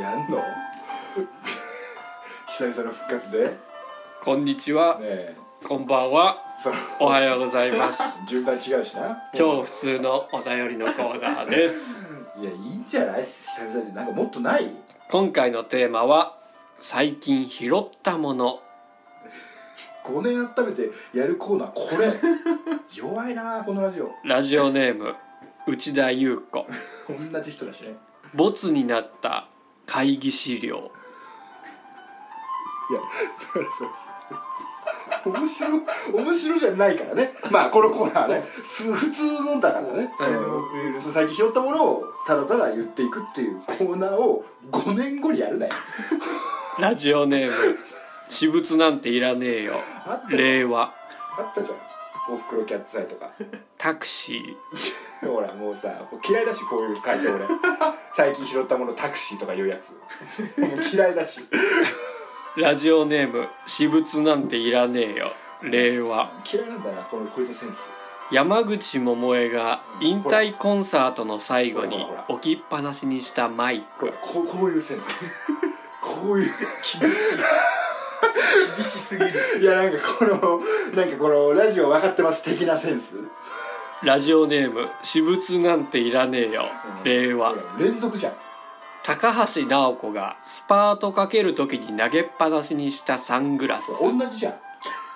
やんの 久々の復活でねこんにちは、えこんばんは、そのおはようございます。順番違うしな超普通のお便りのコーナーです。いやいいんじゃない久々になんかもっとない今回のテーマは、最近拾ったもの。 5年温めてやるコーナーこ れ弱いなこのラジオラジオネーム、内田裕子。同じ人だしねボツになった会議資料。いやだからさ面白面白じゃないからねまあこのコーナーねす普通のだからね、はあいのそう最近拾ったものをただただ言っていくっていうコーナーを5年後にやるなよラジオネーム、私物なんていらねえよ。あった令和、あったじゃんおふくろキャッツアイとかタクシ ほらもうさ嫌いだしこういう回 答俺最近拾ったものタクシーとかいうやつもう嫌いだしー。ラジオネーム、私物なんていらねえよ。令和。嫌いなんだなこのクイズセンス山口百恵が引退コンサートの最後に置きっぱなしにしたマイこクれこうこういうセンスこういう厳しい厳しすぎるいやなんかこのなんかこのラジオ分かってます的なセンスラジオネーム私物なんていらねえよ令和ほら連続じゃん高橋直子がスパートかける時に投げっぱなしにしたサングラスこれ同じじゃん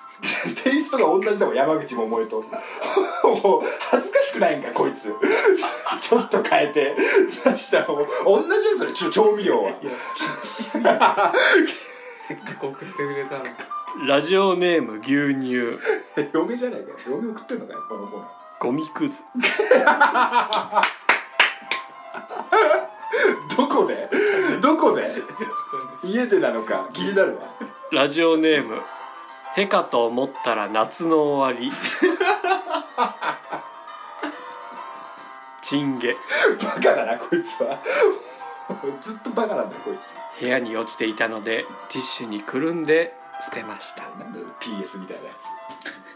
テイストが同じだもん山口百恵ともう恥ずかしくないんかこいつ ちょっと変えて出したらもう同じですよねちょ調味料はいや厳しすぎるせっかく送ってくれたのにラジオネーム牛乳 嫁じゃないかよ嫁送ってんのかよこの子ゴミくずどこでどこで家でなのか気になるわラジオネームへかと思ったら夏の終 わりチンゲバカだなこいつはずっとバカなんだよこいつ部屋に落ちていたのでティッシュにくるんで捨てましたなんだよ PS みたいなや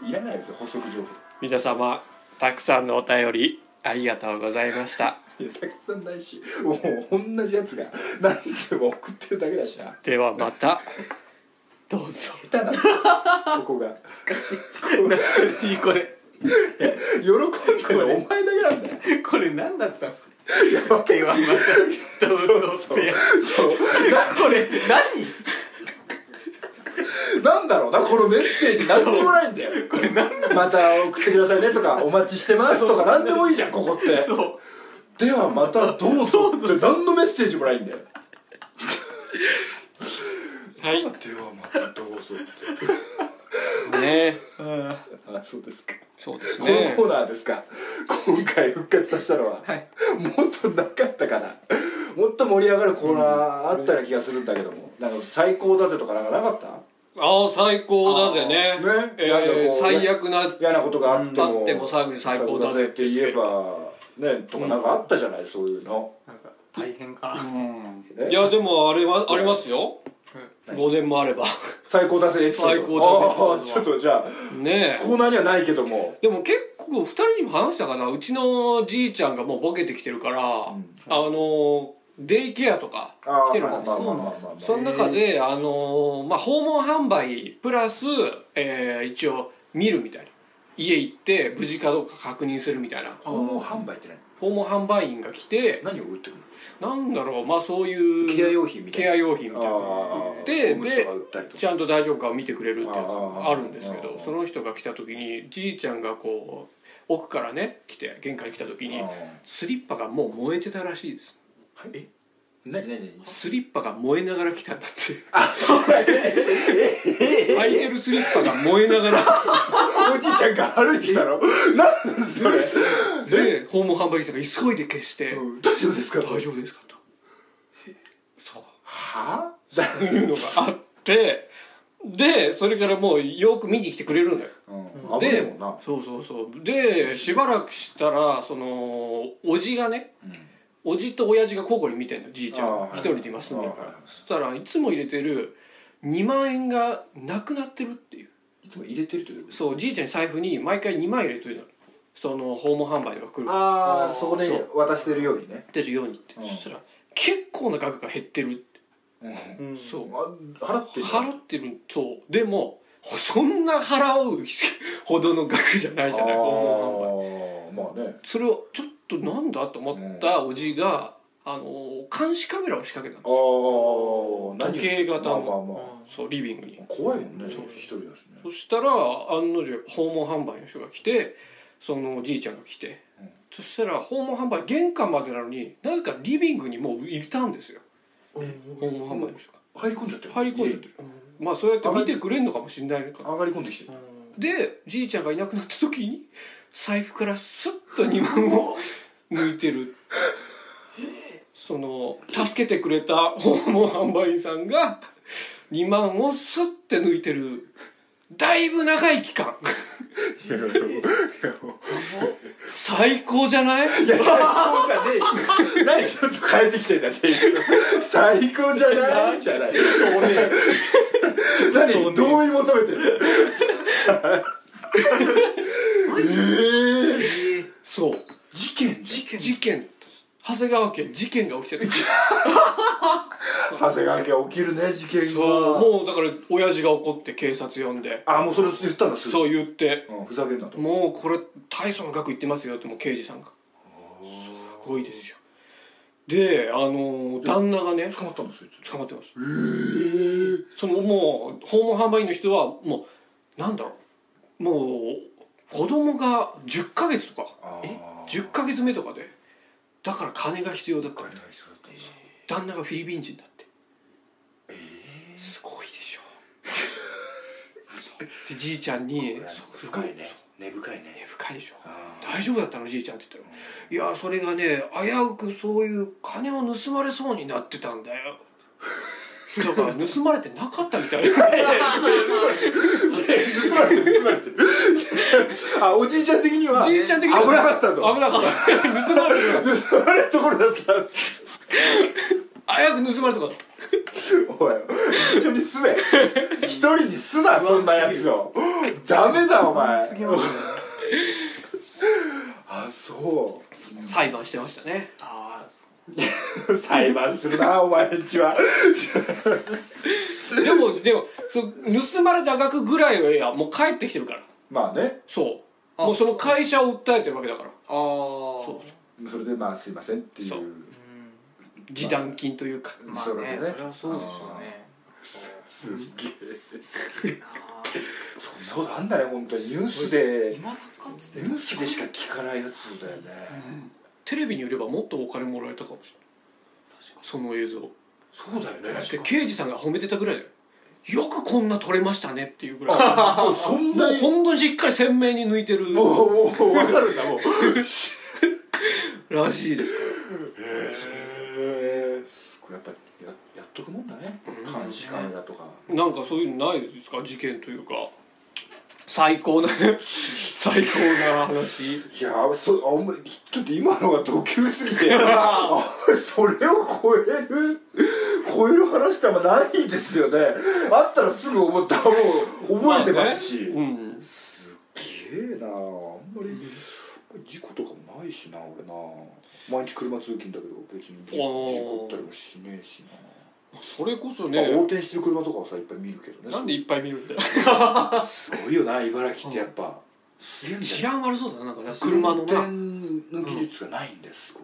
ついらないですよ補足情報皆様たくさんのお便りありがとうございましたいやたくさんないしもう同じやつが何通も送ってるだけだしなではまたどうぞ下手なんだよここが難しい懐かしいこれ喜んでるのお前だけなんだよ これ何だったんですか手はまたどうぞってやそうこれ何なんだろうなこのメッセージ何にもないんだよこれ何だまた送ってくださいねとかお待ちしてますとか何でもいいじゃんここってそうではまたどうぞって何のメッセージもないんだよはいねではまたどうぞってえああそうですかそうですこのねコーナーですか今回復活させたのは、はいもっとなかったかなもっと盛り上がるコーナーあったような気がするんだけどもなんか最高だぜとかなんかなかったああ最高だぜねあねえなんかこーう最悪な嫌なことがあってもあっても最後に最高だぜって最高だぜって言えばねとかなんかあったじゃない、そういうのなんか大変かなえいやでもあれはありますようん5年もあれば最高だぜエピソード最高だぜエピソードはあーちょっとじゃねあえコーナーにはないけどもでも結構2人にも話したかなうちのじいちゃんがもうボケてきてるから、あのーデイケアとかあ来てーるまもあんまあまあまあまあその中で、あのーまあ、訪問販売プラス、えー一応見るみたいな家行って無事かどうか確認するみたいな訪問販売って訪問販売員が来て何何を売ってくるなんだろうまあそういうケア用品みたいなケア用品みたいなあーでゴムとか売ったりとかちゃんと大丈夫かを見てくれるってやつがあるんですけあどーその人が来た時にじいちゃんがこう奥からね来て玄関に来た時にあースリッパがもう燃えてたらしいですえ何何何スリッパが燃えながら来たんだってえ空いてるスリッパが燃えながら おじいちゃんが歩いてきた の何なんそれで訪問販売員さんが急いで消して「大丈夫ですか大丈夫ですか?」とはいうのがあってでそれからもうよく見に来てくれるのよあででもんなそうそうそうでしばらくしたらそのおじがねおじと親父が交互に見てんのじいちゃんあー一人で今住んでるかあーらはいそしたらいつも入れてる2万円がなくなってるっていういつも入れてるってことそうじいちゃん財布に毎回2万円入れてるのその訪問販売とか来るあああーそこでそう渡してるようにねってるようにって、うんそしたら「キ結構な額が減ってる、うんうんそうあ払ってんだ払ってるそうでもそんな払うほどの額じゃないじゃないあ訪問販ー売まあねそれをちょっとなんだと思ったおじが、あの監視カメラを仕掛けたんあですよー何時計型のまあまあまそうリビングにあ怖いもんねそう一人だしねそしたら案の定訪問販売の人が来てそのじいちゃんが来て、うんそしたら訪問販売玄関までなのになぜかリビングにもういたんですよ訪問販売の人が入り込んじゃってる入り込んじゃってるまあそうやって見てくれんのかもしれないから上がり込んできてるでじいちゃんがいなくなった時に財布からスッと2万を抜いてるその助けてくれた訪問販売員さんが2万をスッて抜いてるだいぶ長い期間いやいやいや最高じゃないいや最高じゃねえよ何ちょっと変えてきてんだテイスト 最高じゃないじゃない何同意求めてるええそう事件事件事件だったんです長谷川家事件が起きてた長谷川家起きるね事件が そうもうだから親父が怒って警察呼んであもうそれ言ったんだすぐそう言ってうんふざけんなともうこれ大層の額いってますよってもう刑事さんがすごいですよであの旦那がね捕まったんだそいつ捕まってますそのもう訪問販売員の人はもうなんだろうもう子供が10ヶ月とかあー10ヶ月目とかでだから金が必要だった金が必要だったんだ旦那がフィリピン人だってすごいでしょそうでじいちゃんにそうそう根深い根ね深いでしょあ大丈夫だったのじいちゃんって言ったら「いやそれがね危うくそういう金を盗まれそうになってたんだよ」だから盗まれてなかったみたいな盗まれてる盗まれてるあおじいちゃん的にはじいちゃん的には危なかったと危なかった盗まれ てなかっ盗まれるところだったんですた危うく盗まれてなかっおい一緒に住め一人にすなそんなやつをダメだお前すげえ面白いあそた裁判してましたねああそうう裁判するなお前んちはでもでもそう盗まれた額ぐらいはいやもう帰ってきてるからまあねそうもうその会社を訴えてるわけだからああそうそそうれでまあすいませんっていうそうう示談金というかんまあねそうだねそれはそうでしょうねすっげえあそんなことあんだね本当にニュースでー今だかつてニュースでしか聞かないやつだよねテレビによればもっとお金もらえたかもしれない確かその映像そうだよねで刑事さんが褒めてたぐらいだよよくこんな撮れましたねっていうぐらいもうそんもなうにも本当にしっかり鮮明に抜いてるうもうもう分かるんだもうらしいですへえすごいやっぱややっとくもんだね監視カメラとかなんかそういうのないですか事件というか最 高な最高ない話やーそあんまちょっと今のが度級すぎ てあそれを超える超える話ってあんまないですよねあったらすぐ思ったもう覚えてますし、まあねうんすっげえなあんまり事故とかもないしな俺な毎日車通勤だけど別に事故ったりもしねえしな、それこそまあ横ね転してる車とかはさいっぱい見るけどねなんでいっぱい見るんだよすごいよな茨城ってやっぱ、すげえんだよ治安悪そうだななんかな車の運転な、の技術がないんですすごい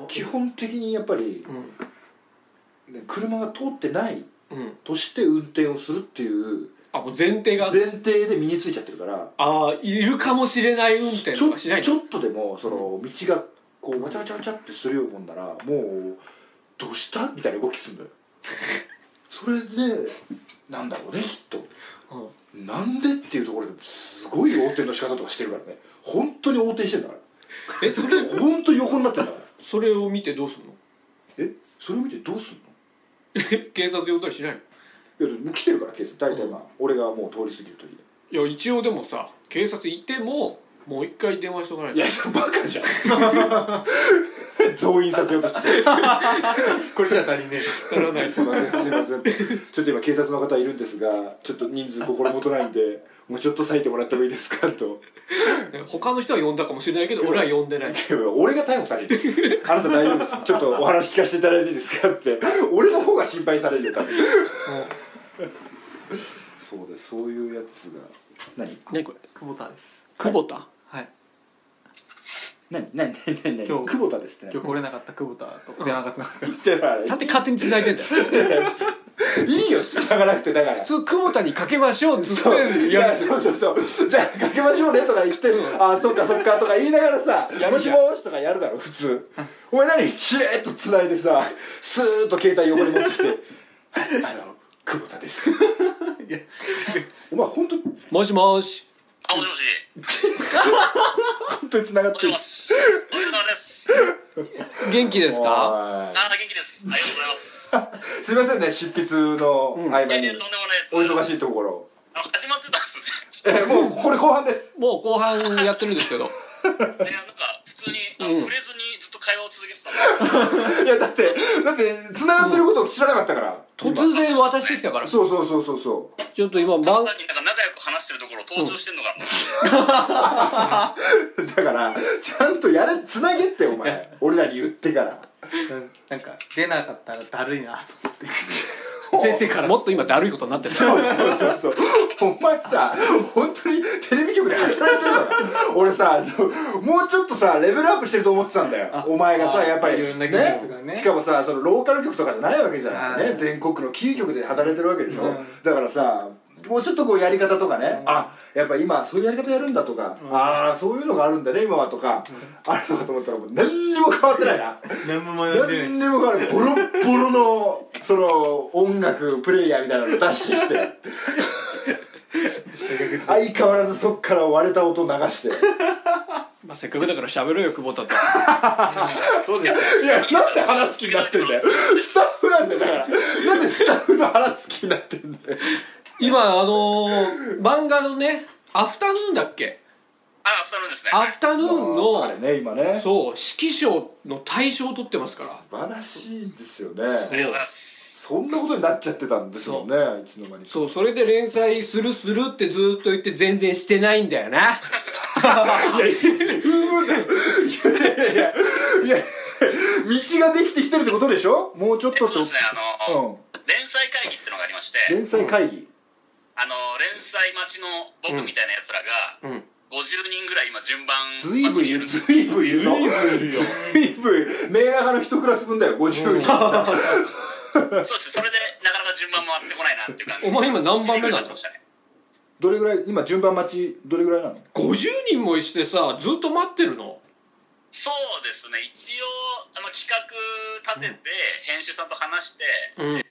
うん基本的にやっぱり、ね車が通ってないうんうん、として運転をするっていうあもう前提が前提で身についちゃってるからああいるかもしれない運転ちとょかしないちょっとでもその道がこうわちゃわちゃわちゃってするようなもんならもうどうしたみたいな動きす んだよそれでなんだろうねきっとうんなんでっていうところですごい横転の仕方とかしてるからね本当に横転してんだかえそれら本当に横になってん だからそれを見てどうすんのえそれを見てどうすんの警察呼んだりしないのいやでも来てるから警察大体まあ、俺がもう通り過ぎる時でいや一応でもさ警察いてももう一回電話しとかないいと やそれバカじゃん事増員させようとしてこれじゃ足りねえわからないすいませんすいませんちょっと今警察の方いるんですがちょっと人数心もとないんでもうちょっと割いてもらってもいいですかと 他の人は呼んだかもしれないけど俺は呼んでないいやいや俺が逮捕されるあなた大丈夫ですちょっとお話聞かせていただいていいですかって俺の方が心配されるよ多分そうですそういうやつが何何これ久保田です久保田はい何何何何何今日久保田ですって今日来れなかった久保田と電話がつながった言ってさだって勝手に繋いでんだよいいよ繋がなくてだから 普通久保田にかけましょうっつってそうい ややるそうそうそうじゃあかけましょうねとか言ってああそっかそっかとか言いながらさ「やもるしじゃんもし」とかやるだろ普通お前何しれっとつないでさスーッと携帯横に持ってきて「はいあの久保田です」 お前本当本もしもしあ、もしもし。当に繋がっもてしるもし。お疲れ様です。元気ですかおあ、元気です。ありがとうございまいす。すいませんね執筆の合間いやいにや、とんでもないです。お忙い。しいところあの、始まってたんですね。えもうこれ後半ですもう後半やってるんですけどいや、なんか、普通に、あの、うん触れずにずっと会話を続けてたんで。いやだってだって繋がってることを知らなかったから突今然渡してきたからそうそうそうそうそうちょっと今単番になんか仲良く話してるところを登場してんのが、 だからちゃんとやれつなげってお前俺らに言ってから なんか出なかったらだるいなと思って 出てからもっと今だるいことになってるそうそうそうそうお前さ本当にテレビ局で働いてるから俺さもうちょっとさレベルアップしてると思ってたんだよあお前がさあやっぱりいろんな技術がねしかもさそのローカル局とかじゃないわけじゃないはねい全国のキー局で働いてるわけでしょ、うんだからさもうちょっとこうやり方とかね、あやっぱ今そういうやり方やるんだとか、ああそういうのがあるんだね今はとか、あるのかと思ったらもう何にも変わってないな何も学んでない何にもかボロッボロのその音楽プレイヤーみたいなの出してきてです相変わらずそっから割れた音流してい まあせっかくだから喋ろうよ久保 田とそうですよやなんで話す気になってんだよスタッフなんだよだからなんでスタッフと話す気になってんだよ今あのー漫画のねアフタヌーンだっけあ、アフタヌーンですね。アフタヌーンの彼ね今ね素そう指揮賞の大賞を取ってますから晴らしいですよありねがとうございます。そんなことになっちゃってたんですもんねいつの間にそうそれで連載するするってずーっと言って全然してないんだよないや道ができてきてるってことでしょもうちょっとそうですね、あうの、ん連載会議ってのがありまして、連載会議あの、連載待ちの僕みたいな奴らが、うん50人ぐらい今順番待ずいぶんちいしてるんるずいぶですよ。んいるぞいるよずいぶん名画派の一クラス分だよ50人そうですね、それでなかなか順番回ってこないなっていう感じお前今何番目なの一人ぐらい待ちましたねどれぐらい今順番待ちどれぐらいなの50人もしてさずーっと待ってるのそうですね一応あの企画立てて、編集さんと話して、うん